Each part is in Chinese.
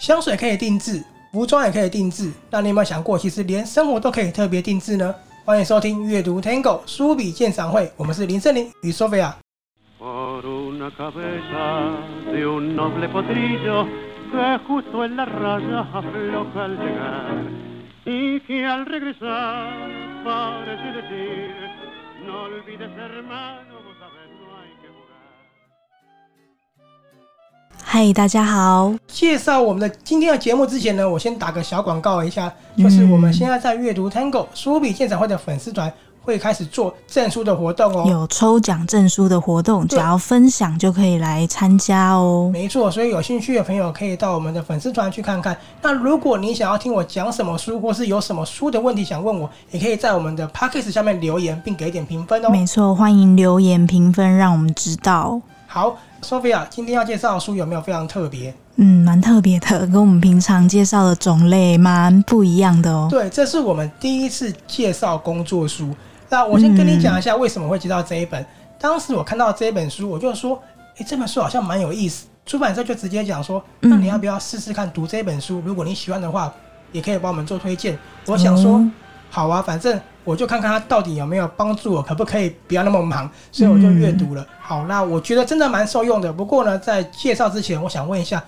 香水可以定制，服装也可以定制。那你有没有想过，其实连生活都可以特别定制呢？欢迎收听阅读 Tango 书笔鉴赏会，我们是林森林与 Sophia。 Por una cabeza de un noble potrillo que justo en la raya afloja al llegar y que al regresar parece decir, no olvides hermano, vos sabés no hay que jugar. 嗨，大家好，介绍我们的今天的节目之前呢，我先打个小广告一下，就是我们现在在阅读 Tango 书笔鉴赏会的粉丝团会开始做证书的活动哦。有抽奖证书的活动，只对要分享就可以来参加哦。没错，所以有兴趣的朋友可以到我们的粉丝团去看看。那如果你想要听我讲什么书，或是有什么书的问题想问我，也可以在我们的 p a c k a g e 下面留言，并给点评分哦。没错，欢迎留言评分，让我们知道。好，Sophia，今天要介绍的书有没有非常特别？嗯，蛮特别的，跟我们平常介绍的种类蛮不一样的哦。对，这是我们第一次介绍工作书。那我先跟你讲一下为什么会介绍这一本。当时我看到这本书，我就说，诶，这本书好像蛮有意思。出版社就直接讲说，嗯那你要不要试试看读这本书？如果你喜欢的话，也可以帮我们做推荐。我想说，哦好啊，反正我就看看它到底有没有帮助我，可不可以不要那么忙，所以我就阅读了。好，那我觉得真的蛮受用的。不过呢，在介绍之前，我想问一下，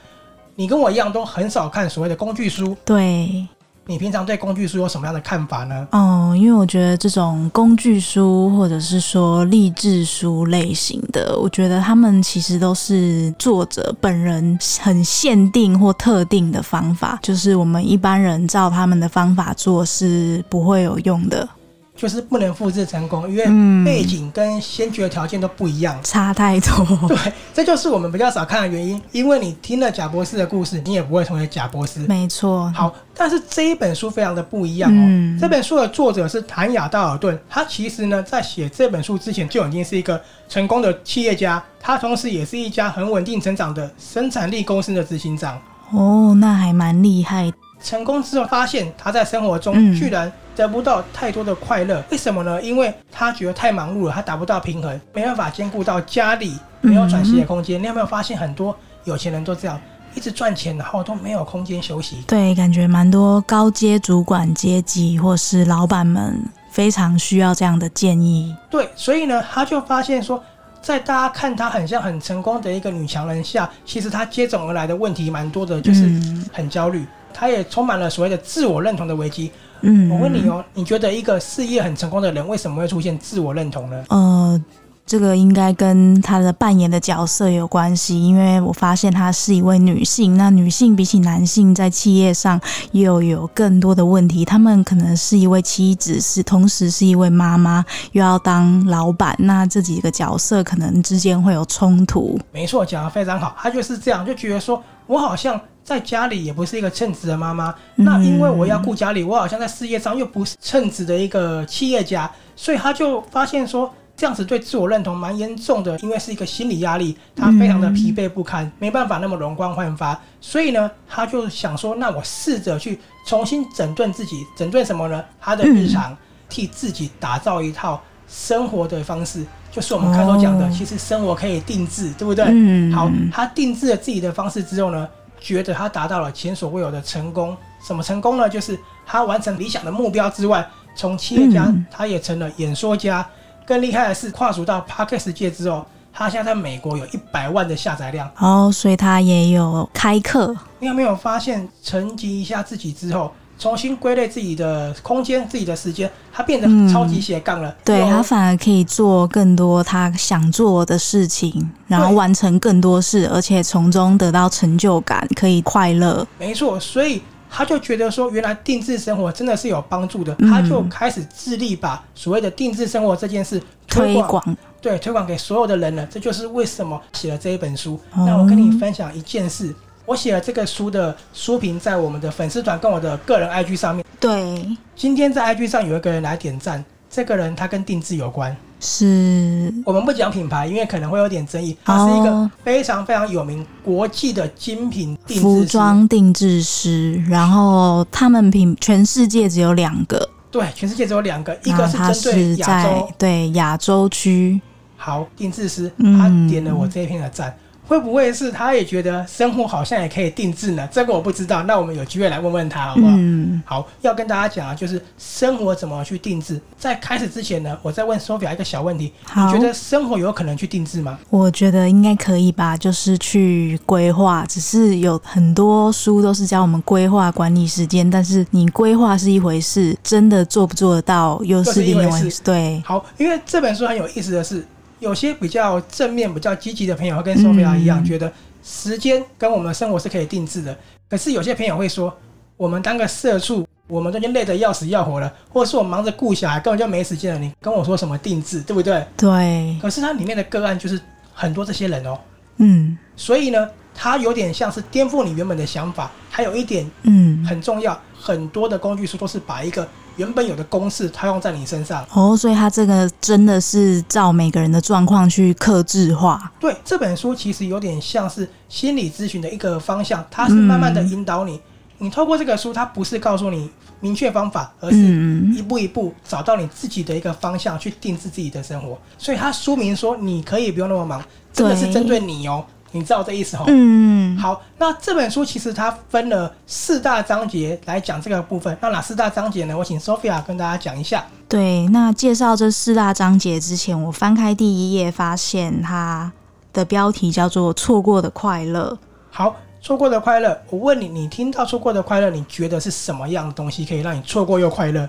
你跟我一样都很少看所谓的工具书，对你平常对工具书有什么样的看法呢？哦、因为我觉得这种工具书或者是说励志书类型的，我觉得他们其实都是作者本人很限定或特定的方法，就是我们一般人照他们的方法做是不会有用的，就是不能复制成功，因为嗯背景跟先决条件都不一样。差太多。 对，这就是我们比较少看的原因，因为你听了贾博士的故事，你也不会成为贾博士。没错，好，但是这一本书非常的不一样哦。嗯这本书的作者是谭雅道尔顿，他其实呢在写这本书之前就已经是一个成功的企业家，他同时也是一家很稳定成长的生产力公司的执行长。哦，那还蛮厉害的。成功之后，发现他在生活中嗯居然得不到太多的快乐，为什么呢？因为他觉得太忙碌了，他达不到平衡，没办法兼顾到家里，没有喘息的空间。你有没有发现很多有钱人都这样，一直赚钱，然后都没有空间休息？对，感觉蛮多高阶主管阶级或是老板们非常需要这样的建议。对，所以呢，他就发现说，在大家看她很像很成功的一个女强人下，其实她接踵而来的问题蛮多的，就是嗯很焦虑，她也充满了所谓的自我认同的危机。嗯我问你哦，你觉得一个事业很成功的人为什么会出现自我认同呢？呃，这个应该跟她的扮演的角色有关系，因为我发现她是一位女性。那女性比起男性，在企业上又有更多的问题。她们可能是一位妻子，是同时是一位妈妈，又要当老板。那这几个角色可能之间会有冲突。没错，讲得非常好，她就是这样，就觉得说我好像。在家里也不是一个称职的妈妈，那因为我要顾家里，我好像在事业上又不是称职的一个企业家，所以他就发现说，这样子对自我认同蛮严重的，因为是一个心理压力，他非常的疲惫不堪，没办法那么容光焕发，所以呢，他就想说，那我试着去重新整顿自己，整顿什么呢？他的日常，替自己打造一套生活的方式，就是我们开头讲的，哦其实生活可以定制，对不对？嗯好，他定制了自己的方式之后呢，觉得他达到了前所未有的成功。什么成功呢？就是他完成理想的目标之外，从企业家嗯他也成了演说家。更厉害的是，跨足到 Podcast 界之后，他现在在美国有一百万的下载量。哦，所以他也有开课，你有没有发现，沉积一下自己之后，重新归类自己的空间、自己的时间，他变得嗯超级斜杠了。对有他反而可以做更多他想做的事情，然后对完成更多事，而且从中得到成就感，可以快乐。没错，所以他就觉得说，原来定制生活真的是有帮助的，嗯他就开始致力把所谓的定制生活这件事推广，广对，推广给所有的人了。这就是为什么写了这一本书。哦那我跟你分享一件事。我写了这个书的书评，在我们的粉丝团跟我的个人 IG 上面。对今天在 IG 上有一个人来点赞，这个人他跟定制有关。是我们不讲品牌，因为可能会有点争议。他是一个哦非常非常有名国际的精品定制服师装定制师，然后他们品全世界只有两个，对，全世界只有两个，一那个是他针对是亚在洲对亚洲区，好定制师，嗯他点了我这一篇的赞，会不会是他也觉得生活好像也可以定制呢？这个我不知道，那我们有机会来问问他好不好？嗯，好，要跟大家讲啊，就是生活怎么去定制。在开始之前呢，我再问 Sophia 一个小问题：你好觉得生活有可能去定制吗？我觉得应该可以吧，就是去规划。只是有很多书都是教我们规划管理时间，但是你规划是一回事，真的做不做得到又又是是一另回外一回事事。对，好，因为这本书很有意思的是，有些比较正面、比较积极的朋友会跟 Sophia 一样，嗯觉得时间跟我们的生活是可以定制的。可是有些朋友会说，我们当个社畜，我们都已经累得要死要活了，或者是我忙着顾小孩，根本就没时间了。你跟我说什么定制，对不对？对，可是它里面的个案就是很多这些人哦，嗯所以呢，它有点像是颠覆你原本的想法。还有一点嗯，很重要，很多的工具书都是把一个原本有的公式套用在你身上。哦，所以他这个真的是照每个人的状况去克制化。对这本书其实有点像是心理咨询的一个方向，它是慢慢嗯的引导你。你透过这个书，它不是告诉你明确方法，而是嗯一步一步找到你自己的一个方向去定制自己的生活。所以它书名说你可以不用那么忙，真的是对针对你哦，你知道这意思哦。嗯，好，那这本书其实它分了四大章节来讲这个部分。那哪四大章节呢？我请 Sophia 跟大家讲一下。对，那介绍这四大章节之前，我翻开第一页，发现它的标题叫做《错过的快乐》。好，错过的快乐，我问你，你听到错过的快乐，你觉得是什么样的东西可以让你错过又快乐？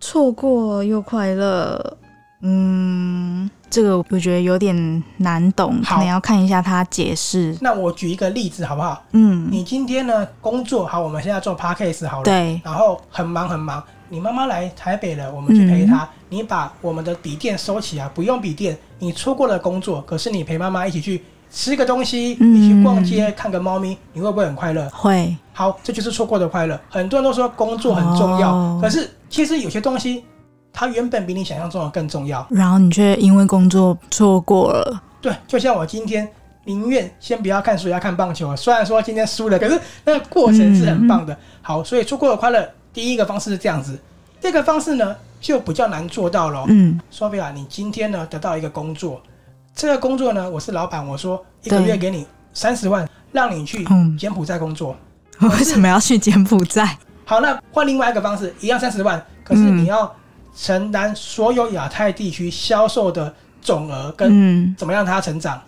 错过又快乐，嗯，这个我觉得有点难懂，好可能要看一下它解释。那我举一个例子好不好？嗯，你今天呢工作好，我们现在做 podcast 好了，对，然后很忙很忙，你妈妈来台北了，我们去陪她。嗯你把我们的笔电收起啊来，不用笔电，你错过了工作，可是你陪妈妈一起去吃个东西，嗯你去逛街看个猫咪，你会不会很快乐？会，好，这就是错过的快乐。很多人都说工作很重要，哦可是其实有些东西，它原本比你想象中的更重要。然后你却因为工作错过了。对，就像我今天宁愿先不要看书，要看棒球。虽然说今天输了，可是那个过程是很棒的。嗯好，所以错过的快乐，第一个方式是这样子，这个方式呢就比较难做到了。嗯，说菲亚，你今天呢得到一个工作，这个工作呢我是老板，我说一个对月给你三十万，让你去嗯柬埔寨工作。为什么要去柬埔寨？好，那换另外一个方式，一样三十万，可是嗯你要承担所有亚太地区销售的总额跟嗯，怎么样它成长。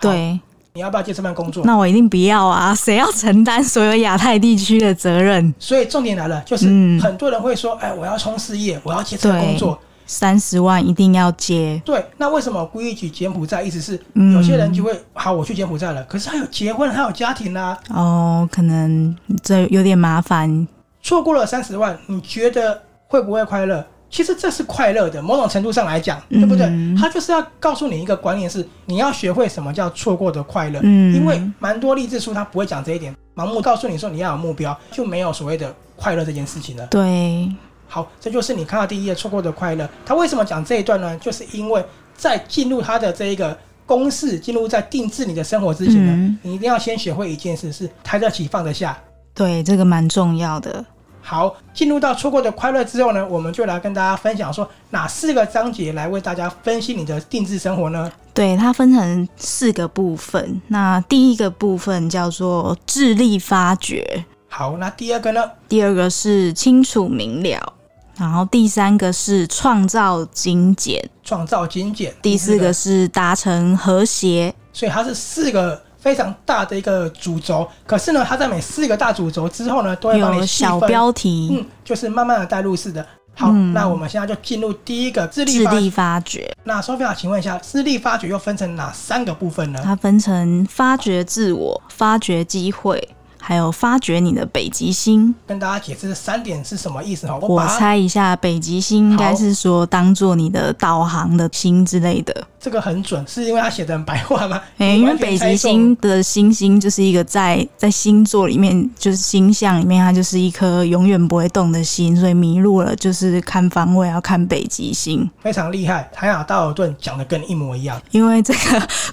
对，你要不要接这份工作？那我一定不要啊！谁要承担所有亚太地区的责任？所以重点来了，就是嗯很多人会说，哎，我要冲事业，我要接这份工作。三十万一定要接，对，那为什么我故意举柬埔寨？意思是嗯有些人就会，好，我去柬埔寨了，可是他有结婚，他有家庭啊啦、哦，可能这有点麻烦。错过了三十万，你觉得会不会快乐？其实这是快乐的，某种程度上来讲，嗯对不对？他就是要告诉你一个观念是，你要学会什么叫错过的快乐。嗯因为蛮多励志书他不会讲这一点，盲目告诉你说你要有目标，就没有所谓的快乐这件事情了。对，好，这就是你看到第一页错过的快乐。他为什么讲这一段呢？就是因为在进入他的这一个公式，进入在定制你的生活之前呢，嗯你一定要先学会一件事，是抬得起放得下。对，这个蛮重要的。好，进入到错过的快乐之后呢，我们就来跟大家分享说哪四个章节来为大家分析你的定制生活呢？对，它分成四个部分。那第一个部分叫做智力发掘，好，那第二个呢？第二个是清楚明了，然后第三个是创造精简，创造精简。第四个，是达成和谐。所以它是四个非常大的一个主轴。可是呢，它在每四个大主轴之后呢，都会帮有你细小分。标题，嗯，就是慢慢的带入式的。好，嗯那我们现在就进入第一个 智力智发掘。力发掘。那 Sophia，请问一下，智力发掘又分成哪三个部分呢？它分成发掘自我、发掘机会，还有发掘你的北极星。跟大家解释这三点是什么意思哈？我我把它猜一下，北极星应该是说当做你的导航的星之类的。这个很准，是因为他写的很白话吗？诶、你哎因为完全北猜极中星的星星就是一个在在星座里面，就是星象里面，它就是一颗永远不会动的心，所以迷路了就是看方位要看北极星。非常厉害，海尔道尔顿讲的跟你一模一样。因为这个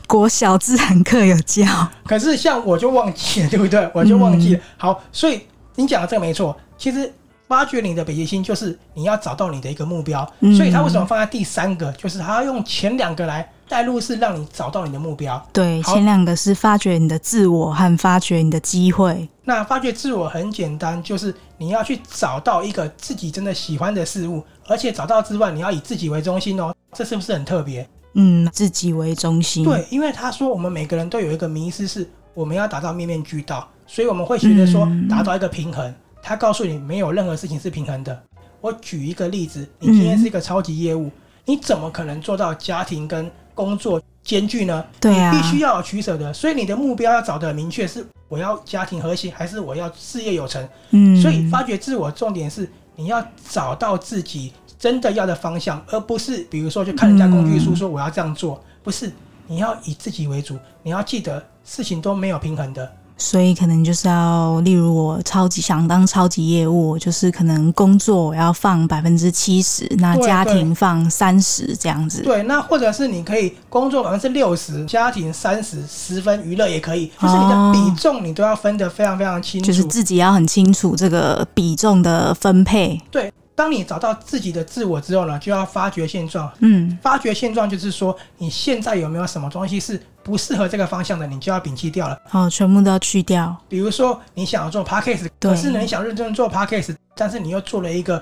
国小自然课有 教，可是嗯像我就忘记了，对不对？我就忘记了。好，所以你讲的这个没错。其实挖掘你的北极星就是你要找到你的一个目标，嗯所以他为什么放在第三个？就是他要用前两个来带路，是让你找到你的目标。对，好前两个是发掘你的自我和发掘你的机会。那发掘自我很简单，就是你要去找到一个自己真的喜欢的事物，而且找到之外，你要以自己为中心哦。这是不是很特别？嗯，自己为中心。对，因为他说我们每个人都有一个迷失，是我们要达到面面俱到，所以我们会觉得说嗯达到一个平衡。他告诉你，没有任何事情是平衡的。我举一个例子，你今嗯天是一个超级业务，你怎么可能做到家庭跟工作兼具呢？对啊，必须要有取舍的，所以你的目标要找的明确，是我要家庭和谐，还是我要事业有成？嗯，所以发掘自我重点是你要找到自己真的要的方向，而不是比如说就看人家工具书说我要这样做，不是你要以自己为主，你要记得事情都没有平衡的。所以可能就是要，例如我超级想当超级业务，我就是可能工作我要放百分之七十，那对家对庭放三十这样子。对，那或者是你可以工作百分之六十，家庭三十，十分娱乐也可以，就是你的比重你都要分得非常非常清楚。就是自己要很清楚这个比重的分配。对，当你找到自己的自我之后呢，就要发掘现状，嗯，发掘现状就是说，你现在有没有什么东西是不适合这个方向的，你就要摒弃掉了。好，全部都要去掉。比如说，你想要做 podcast，对可是呢，你想认真做 podcast，但是你又做了一个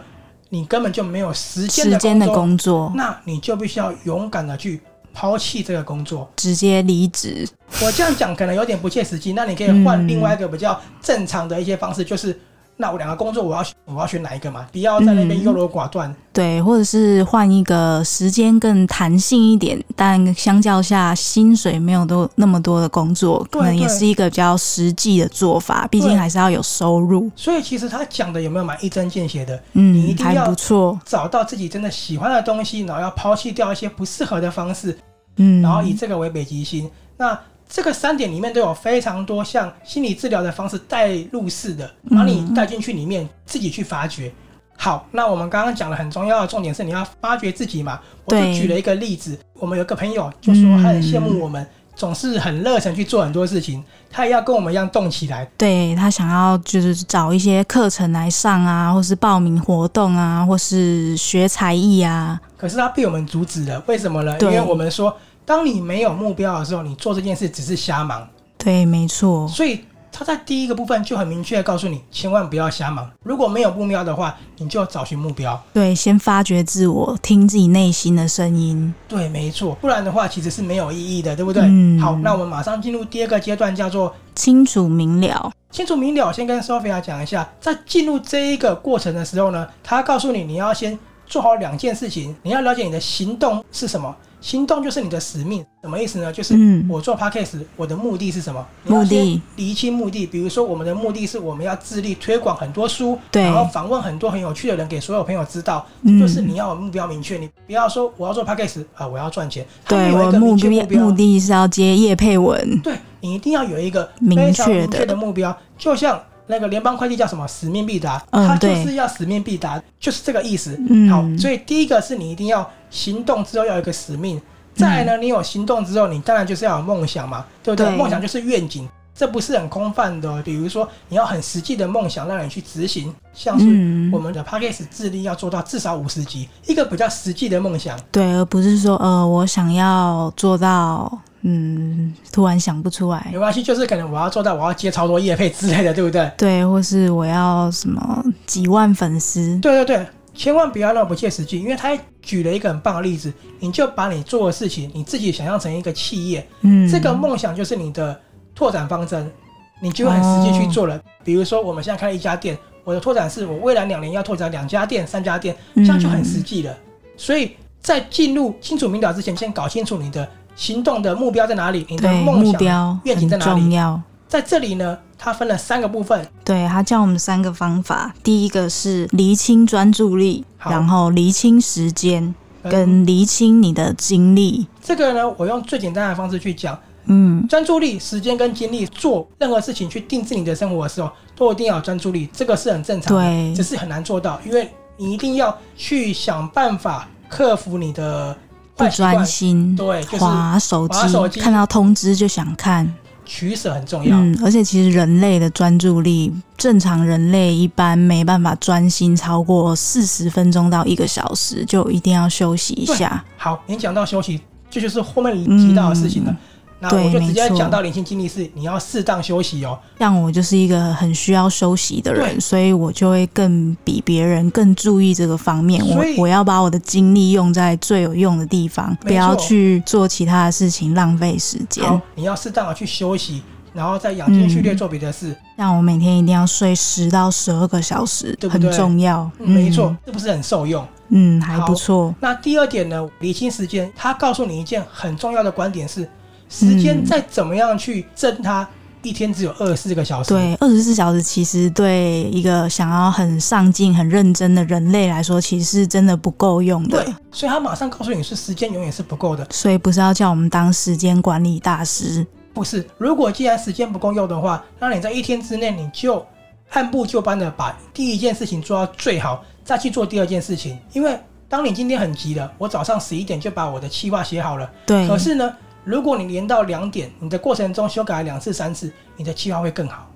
你根本就没有时间时间的作，工作，那你就必须要勇敢的去抛弃这个工 作。直接离职。我这样讲可能有点不切实际，那你可以换另外一个比较正常的一些方式，就是。那我两个工作，我要选我要选哪一个嘛？不要在那边嗯优柔寡断。对，或者是换一个时间更弹性一点，但相较下薪水没有多那么多的工作，对可能也对是一个比较实际的做法。毕竟对还是要有收入，所以其实他讲的有没有蛮一针见血的？你一嗯，定还要不错，找到自己真的喜欢的东西，然后要抛弃掉一些不适合的方式，嗯，然后以这个为北极星。那这个三点里面都有非常多像心理治疗的方式带入式的，把你带进去里面，自己去发掘。好，那我们刚刚讲了很重要的重点是你要发掘自己嘛。我就对嗯举了一个例子，我们有个朋友就说他很羡慕我们，总是很热忱去做很多事情，他也要跟我们一样动起来。对他想要就是找一些课程来上啊，或是报名活动啊，或是学才艺啊，可是他被我们阻止了，为什么呢？因对为我们说，当你没有目标的时候，你做这件事只是瞎忙。对，没错，所以他在第一个部分就很明确的告诉你，千万不要瞎忙。如果没有目标的话，你就找寻目标。对，先发掘自我，听自己内心的声音，对，没错，不然的话其实是没有意义的，对不对？嗯好，那我们马上进入第二个阶段，叫做清楚明了，清楚明了。先跟 Sophia 讲一下，在进入这一个过程的时候呢，他告诉你你要先做好两件事情，你要了解你的行动是什么。行动就是你的使命，什么意思呢？就是嗯我做 podcast，我的目的是什么？你目的要先厘清目的。比如说，我们的目的是我们要致力推广很多书，对然后访问很多很有趣的人，给所有朋友知道。嗯就是你要有目标明确，你不要说我要做 podcast 啊，我要赚钱。它没对有一我个目明确目标标目的是要接叶佩文，对你一定要有一个明非常确明的确的目标，就像那个联邦会计叫什么使命必达，嗯它就对是要使命必达，就是这个意思。嗯好，所以第一个是你一定要行动之后要有一个使命，再来呢，你有行动之后，你当然就是要有梦想嘛，对不对？嗯对梦想就是愿景。这不是很空泛的哦，比如说你要很实际的梦想，让你去执行，像是嗯我，们的 p a c k a g e 智力要做到至少五十级，一个比较实际的梦想。对，而不是说呃，我想要做到，嗯，突然想不出来没，关系，就是可能我要做到我要接超多业配之类的，对不对？对，或是我要什么几万粉丝，对对对，千万不要那么不切实际，因为他举了一个很棒的例子，你就把你做的事情，你自己想象成一个企业，嗯，这个梦想就是你的拓展方针，你就会很实际去做了。比如说，我们现在开了一家店，我的拓展是我未来两年要拓展两家店、三家店，嗯这样就很实际了。所以在进入清楚明了之前，先搞清楚你的行动的目标在哪里，你的对梦目想标愿景在很哪重里。要。在这里呢，它分了三个部分，对他教我们三个方法，第一个是厘清专注力，好然后厘清时间，跟厘清你的精嗯力。这个呢，我用最简单的方式去讲，嗯，专注力、时间跟精力做任何事情去定制你的生活的时候，都一定要有专注力，这个是很正常对的，只是很难做到，因为你一定要去想办法克服你的不坏习惯专。心，对就是划手机，滑手机看到通知就想看。取舍很重要。嗯，而且其实人类的专注力，正常人类一般没办法专心超过四十分钟到一个小时，就一定要休息一下。好，您讲到休息，这就是后面提到的事情了。嗯那对我就直接没错讲到灵性经历是，你要适当休息哦。像我就是一个很需要休息的人，对所以我就会更比别人更注意这个方面。我所以我要把我的精力用在最有用的地方，没错不要去做其他的事情浪费时间。好，你要适当的去休息，然后再养精蓄锐做别的事。像我每天一定要睡十到十二个小时，对不对很重要。嗯没错，是不是很受用？嗯，嗯，还不好错。那第二点呢，理清时间，他告诉你一件很重要的观点是，时嗯间再怎么样去挣它，一天只有二十四个小时。对，二十四小时其实对一个想要很上进、很认真的人类来说，其实是真的不够用对的。，所以他马上告诉你是时间永远是不够的，所以不是要叫我们当时间管理大师，不是？如果既然时间不够用的话，那你在一天之内你就按部就班的把第一件事情做到最好，再去做第二件事情。因为当你今天很急了，我早上十一点就把我的计划写好了，对，可是呢，如果你连到两点，你的过程中修改了两次、三次，你的计划会更好。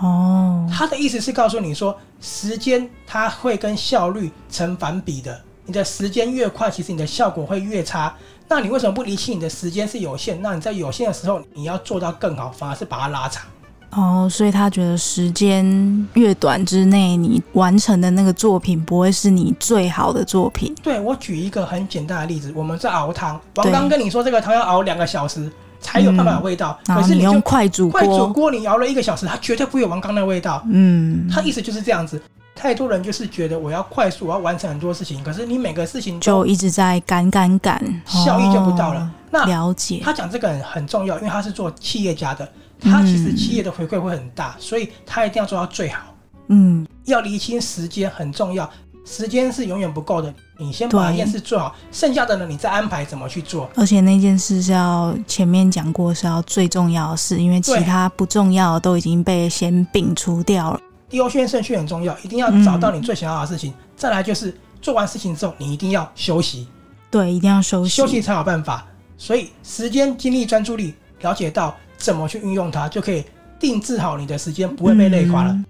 哦，他的意思是告诉你说，时间它会跟效率成反比的。你的时间越快，其实你的效果会越差。那你为什么不离弃你的时间是有限？那你在有限的时候，你要做到更好，反而是把它拉长。哦，所以他觉得时间越短之内，你完成的那个作品不会是你最好的作品。对我举一个很简单的例子，我们在熬汤，我对刚刚跟你说这个汤要熬两个小时才有办法有味道，然可后是嗯啊你你用就快煮快煮锅，锅，你熬了一个小时，它绝对不会有王刚的味道。嗯，他意思就是这样子。太多人就是觉得我要快速，我要完成很多事情，可是你每个事情就都一直在赶赶赶，效益就不到了。哦那了解，他讲这个很很重要，因为他是做企业家的，他其实嗯企业的回馈会很大，所以他一定要做到最好。嗯，要厘清时间很重要，时间是永远不够的，你先把对一件事做好，剩下的呢你再安排怎么去做。而且那件事是要前面讲过是要最重要的事，因为其对他不重要的都已经被先摒除掉了。优先顺序很重要，一定要嗯找到你最想要的事情。再来就是做完事情之后，你一定要休息。对，一定要嗯休息。休息才有办法。所以时间、精力、专注力，了解到怎么去运用它，就可以定制好你的时间，不会被累垮了。嗯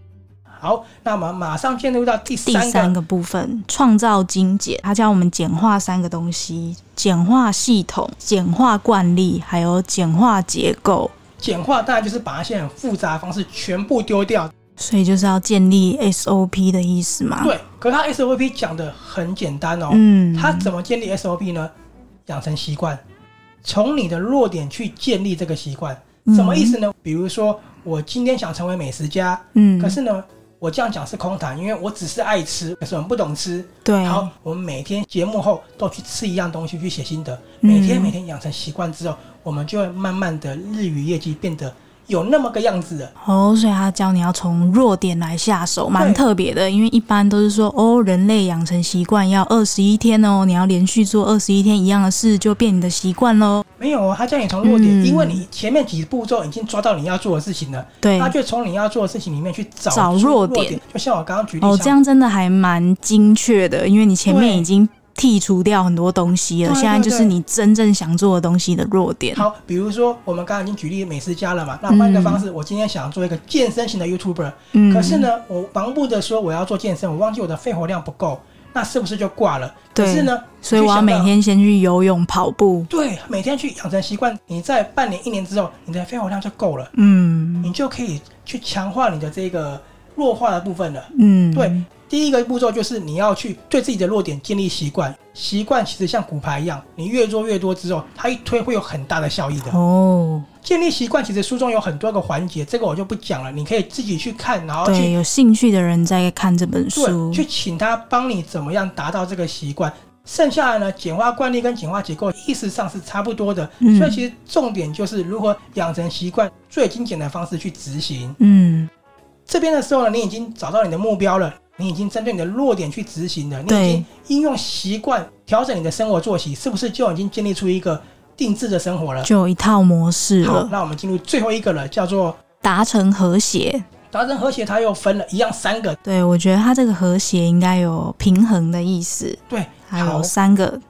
好，那我们马上进入到第第三个，三个部分，创造精简，它教我们简化三个东西：简化系统、简化惯例，还有简化结构。简化，当然就是把那些很复杂的方式全部丢掉。所以就是要建立 SOP 的意思嘛？，对，可是他 SOP 讲的很简单哦，嗯，他怎么建立 SOP 呢？养成习惯，从你的弱点去建立这个习惯，什么意思呢？比如说，我今天想成为美食家，嗯，可是呢，我这样讲是空谈，因为我只是爱吃，可是我们不懂吃。对，好，我们每天节目后都去吃一样东西，去写心得，每天嗯每天养成习惯之后，我们就会慢慢的日语业绩变得有那么个样子的。哦，所以他教你要从弱点来下手，蛮对特别的。因为一般都是说，哦，人类养成习惯要二十一天哦，你要连续做二十一天一样的事，就变你的习惯喽。没有哦，他叫你从弱点，嗯因为你前面几步骤已经抓到你要做的事情了，对，他就从你要做的事情里面去找找出弱弱点就像我刚刚举例，哦，像这样真的还蛮精确的，因为你前面对已经剔除掉很多东西了，对现在就对是对你真正想做的东西的弱点。好，比如说我们刚刚已经举例美食家了嘛，那换一个方式，我今天想做一个健身型的 YouTuber，、嗯，可是，呢，我盲目的说我要做健身，我忘记我的肺活量不够，那是不是就挂了？可对是呢，所以就我要想每到天先去游泳、跑步。对每天去养成习惯，你在半年、一年之后，你的肺活量就够了，嗯你就可以去强化你的这个弱化的部分了。嗯，对，第一个步骤就是你要去对自己的弱点建立习惯，习惯其实像骨牌一样，你越做越多之后，它一推会有很大的效益的。哦，建立习惯其实书中有很多个环节，这个我就不讲了，你可以自己去看，然后对，去有兴趣的人再看这本书对，去请他帮你怎么样达到这个习惯。剩下的呢，简化惯例跟简化结构意识上是差不多的，嗯所以其实重点就是如何养成习惯最精简的方式去执行。嗯。这边的时候呢，你已经找到你的目标了，你已经针对你的弱点去执行了，你对已经应用习惯调整你的生活作息，是不是就已经建立出一个定制的生活了？就有一套模式好，了，那我们进入最后一个了，叫做达成和谐。达成和谐，它又分了一样三个，对我觉得它这个和谐应该有平衡的意思，对，还好有，三个，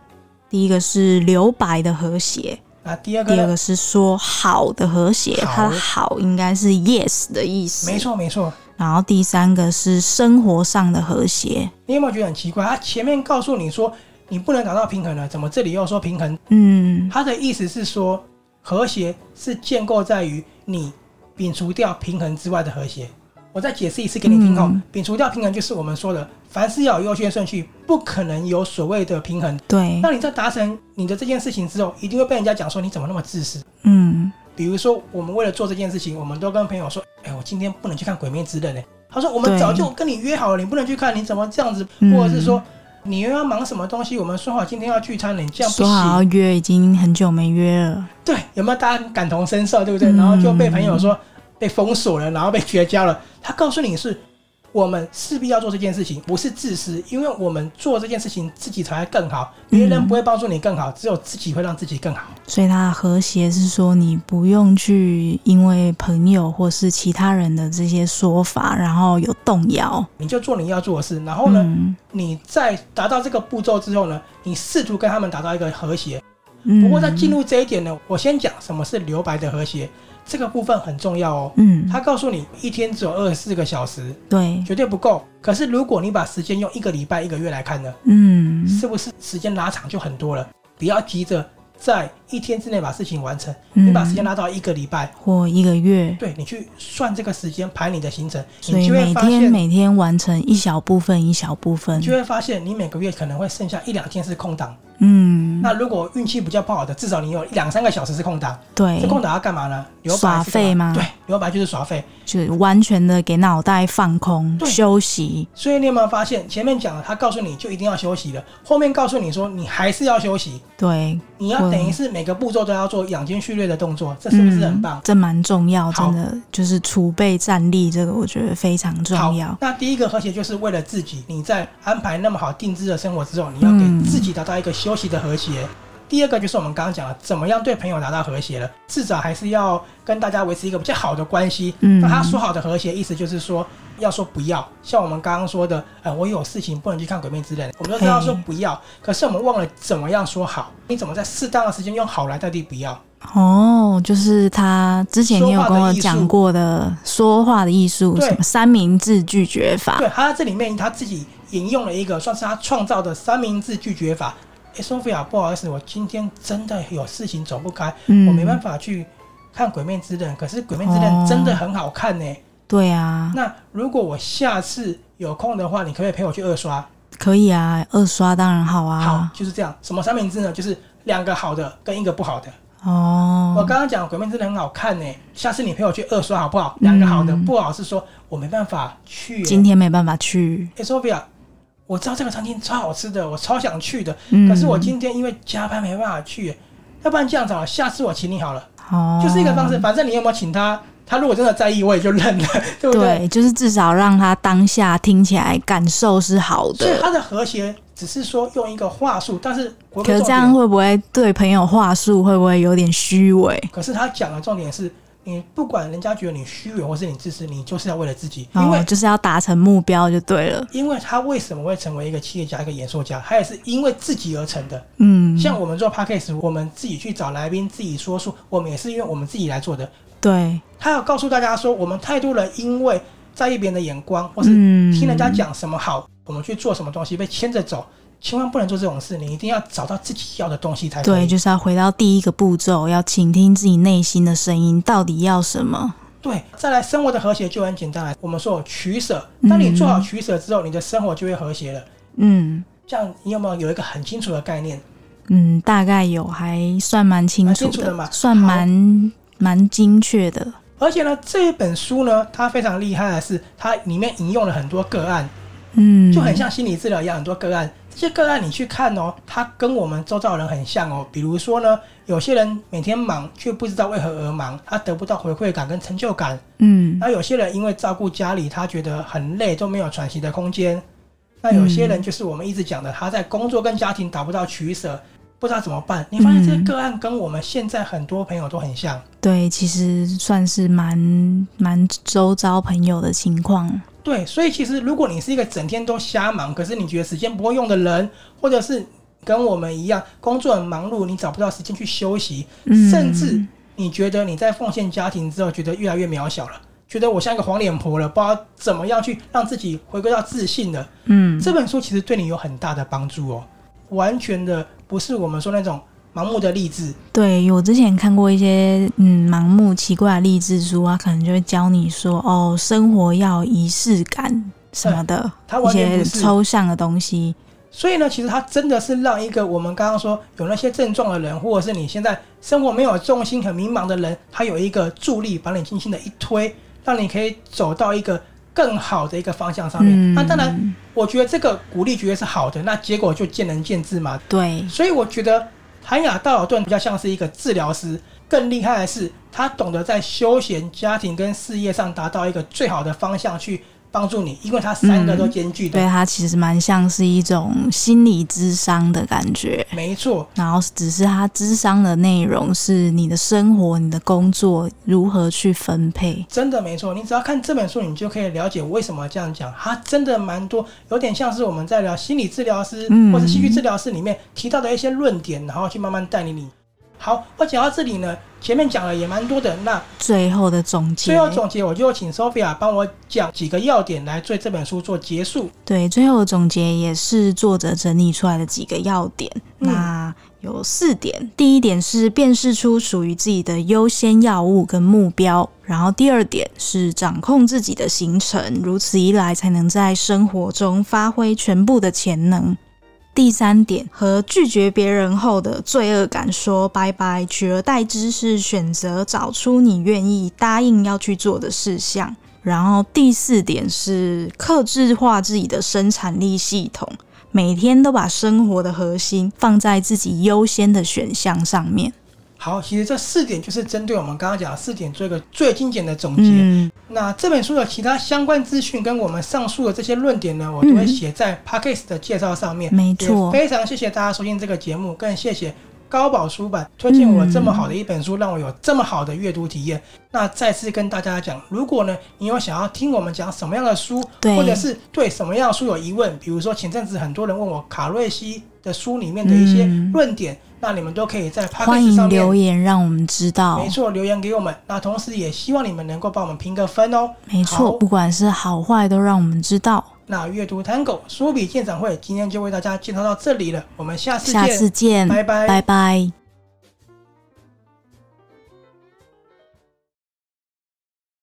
第一个是留白的和谐，那第二个第二呢？个是说好的和谐，好它的好应该是 yes 的意思。没。错没错，然后第三个是生活上的和谐，你有没有觉得很奇怪？他啊前面告诉你说你不能达到平衡了，怎么这里又说平衡？嗯，他的意思是说，和谐是建构在于你摒除掉平衡之外的和谐。我再解释一次给你听哦嗯，摒除掉平衡就是我们说的，凡事要有优先顺序，不可能有所谓的平衡。对，那你在达成你的这件事情之后，一定会被人家讲说你怎么那么自私。嗯，比如说，我们为了做这件事情，我们都跟朋友说：“哎、我今天不能去看《鬼灭之刃》呢。”他说：“我们对早就跟你约好了，你不能去看，你怎么这样子？”嗯或者是说：“你又要忙什么东西？我们说好今天要聚餐了，你这样不嗯说好要行。约已经很久没约了，”对，有没有大家感同身受？对不对？嗯然后就被朋友说被封锁了，然后被绝交了。他告诉你是。我们势必要做这件事情，不是自私，因为我们做这件事情自己才会更好，别人不会帮助你更好，只有自己会让自己更好。所以它的和谐是说你不用去因为朋友或是其他人的这些说法，然后有动摇。你就做你要做的事，然后呢，嗯，你在达到这个步骤之后呢，你试图跟他们达到一个和谐。嗯不过在进入这一点呢，我先讲什么是留白的和谐，这个部分很重要哦。嗯，他告诉你，一天只有二十四个小时，对，绝对不够。可是如果你把时间用一个礼拜、一个月来看呢，嗯，是不是时间拉长就很多了？不要急着在一天之内把事情完成，你把时间嗯拉到一个礼拜，或一个月，对你去算这个时间排你的行程，所你以就会每发天现，每天完成一小部分一小部分你，就会发现你每个月可能会剩下一两天是空档。嗯，那如果运气比较不好的，至少你有一两三个小时是空档。对这，空档要干嘛呢？留白耍是干废嘛吗对，留白就是耍废。就完全的给脑袋放空对休息，所以你有没有发现，前面讲了，他告诉你就一定要休息了，后面告诉你说你还是要休息，对，你要我等于是每个步骤都要做养精蓄锐的动作，这是不是很棒嗯？这蛮重要，好真的就是储备战力，这个我觉得非常好重要，。那第一个和谐就是为了自己，你在安排那么好定制的生活之后，你要给自己达到一个休息的和谐。第二个就是我们刚刚讲的，怎么样对朋友达到和谐了，至少还是要跟大家维持一个比较好的关系。嗯那他说好的和谐，意思就是说要说不要，像我们刚刚说的，呃，我有事情不能去看《鬼灭之刃》，我们都知道说不要，可是我们忘了怎么样说好，你怎么在适当的时间用好来代替不要？哦，就是他之前你有跟我说话的艺讲术过的说话的艺术，对什么三明治拒绝法，对，他在这里面他自己引用了一个算是他创造的三明治拒绝法。哎、索菲亚，不好意思，我今天真的有事情走不开，嗯我没办法去看《鬼灭之刃》，可是《鬼灭之刃哦》真的很好看呢、对啊，那如果我下次有空的话，你可不可以陪我去二刷？可以啊，二刷当然好好啊，，就是这样。什么三明治呢？就是两个好的跟一个不好的。我哦，刚刚讲《鬼面真的很好看呢、下次你陪我去二刷好不好？两个好的，嗯不好是说我没办法去、今天没办法去，哎、s o p h i a 我知道这个餐厅超好吃的，我超想去的，嗯可是我今天因为加班没办法去、要不然这样子好了，下次我请你好了，哦，就是一个方式。反正你有没有请他，他如果真的在意，我也就认了， 对不对？对，就是至少让他当下听起来感受是好所以的。他的和谐只是说用一个话术，但是我可是这样会不会对朋友话术会不会有点虚伪？可是他讲的重点是，你不管人家觉得你虚伪或是你自私，你就是要为了自己，因为、哦，就是要达成目标就对了。因为他为什么会成为一个企业家、一个演说家，他也是因为自己而成的。嗯，像我们做 podcast，我们自己去找来宾，自己说书，我们也是因为我们自己来做的。对，他要告诉大家说，我们太多人因为在意别人的眼光，或是嗯听人家讲什么好，我们去做什么东西被牵着走，千万不能做这种事。你一定要找到自己要的东西才可以。对，就是要回到第一个步骤，要倾听自己内心的声音，到底要什么？对，再来生活的和谐就很简单了。我们说有取舍，当你做好取舍之后，你的生活就会和谐了。嗯这样你有没有有一个很清楚的概念？嗯，大概有，还算蛮清蛮楚清楚的嘛算好蛮蛮精确的。而且呢，这本书呢，它非常厉害的是，它里面引用了很多个案，嗯，就很像心理治疗一样，很多个案。这些个案你去看哦，它跟我们周遭的人很像哦。比如说呢，有些人每天忙却不知道为何而忙，他得不到回馈感跟成就感，嗯那有些人因为照顾家里，他觉得很累，都没有喘息的空间。那有些嗯人就是我们一直讲的，他在工作跟家庭达不到取舍，不知道怎么办。你发现嗯这些个案跟我们现在很多朋友都很像。对，其实算是蛮蛮周遭朋友的情况。对，所以其实如果你是一个整天都瞎忙，可是你觉得时间不够用的人，或者是跟我们一样，工作很忙碌，你找不到时间去休息，嗯甚至你觉得你在奉献家庭之后，觉得越来越渺小了，觉得我像一个黄脸婆了，不知道怎么样去让自己回归到自信了。嗯，这本书其实对你有很大的帮助哦，完全的不是我们说那种盲目的励志，对，我之前看过一些嗯盲目奇怪的励志书啊，可能就会教你说哦，生活要仪式感什么的，它一啊完全些不是。抽象的东西。所以呢，其实它真的是让一个我们刚刚说有那些症状的人，或者是你现在生活没有重心、很迷茫的人，他有一个助力，把你轻轻的一推，让你可以走到一个更好的一个方向上面。嗯，那当然，，我觉得这个鼓励绝对是好的，那结果就见仁见智嘛。对，所以我觉得韩雅道尔顿比较像是一个治疗师，更厉害的是他懂得在休闲、家庭跟事业上达到一个最好的方向去帮助你，因为他三个都兼具的。对它其实蛮像是一种心理智商的感觉。没错，然后只是它智商的内容是你的生活、你的工作如何去分配。真的没错，你只要看这本书，你就可以了解为什么这样讲。它真的蛮多，有点像是我们在聊心理治疗师、嗯或是戏剧治疗师里面提到的一些论点，然后去慢慢带领你。好，我讲到这里呢，前面讲了也蛮多的，那最后的总结，最后总结，我就请 Sophia 帮我讲几个要点来对这本书做结束。对最后的总结也是作者整理出来的几个要点。嗯那有四点，第一点是辨识出属于自己的优先药物跟目标，然后第二点是掌控自己的行程，如此一来才能在生活中发挥全部的潜能。第三点，和拒绝别人后的罪恶感说拜拜，取而代之是选择找出你愿意答应要去做的事项。然后第四点是克制化自己的生产力系统，每天都把生活的核心放在自己优先的选项上面。好，其实这四点就是针对我们刚刚讲的四点做一个最精简的总结。嗯，那这本书的其他相关资讯跟我们上述的这些论点呢，我都会嗯写在 podcast 的介绍上面。没也错，非常谢谢大家收听这个节目，更谢谢高宝书版推荐我这么好的一本书，嗯让我有这么好的阅读体验。那再次跟大家讲，如果呢你有想要听我们讲什么样的书，对或者是对什么样的书有疑问，比如说前阵子很多人问我卡瑞西的书里面的一些嗯论点，那你们都可以在 p o d 欢 c a s 上迎面留。言让我们知道没。错，留言给我们。那同时也希望你们能够帮我们评个分哦。没错，好不管是好坏，都让我们知道。那阅读 Tango 书笔鉴赏会今天就为大家介绍到这里了，我们下次见，下次见，拜拜拜拜。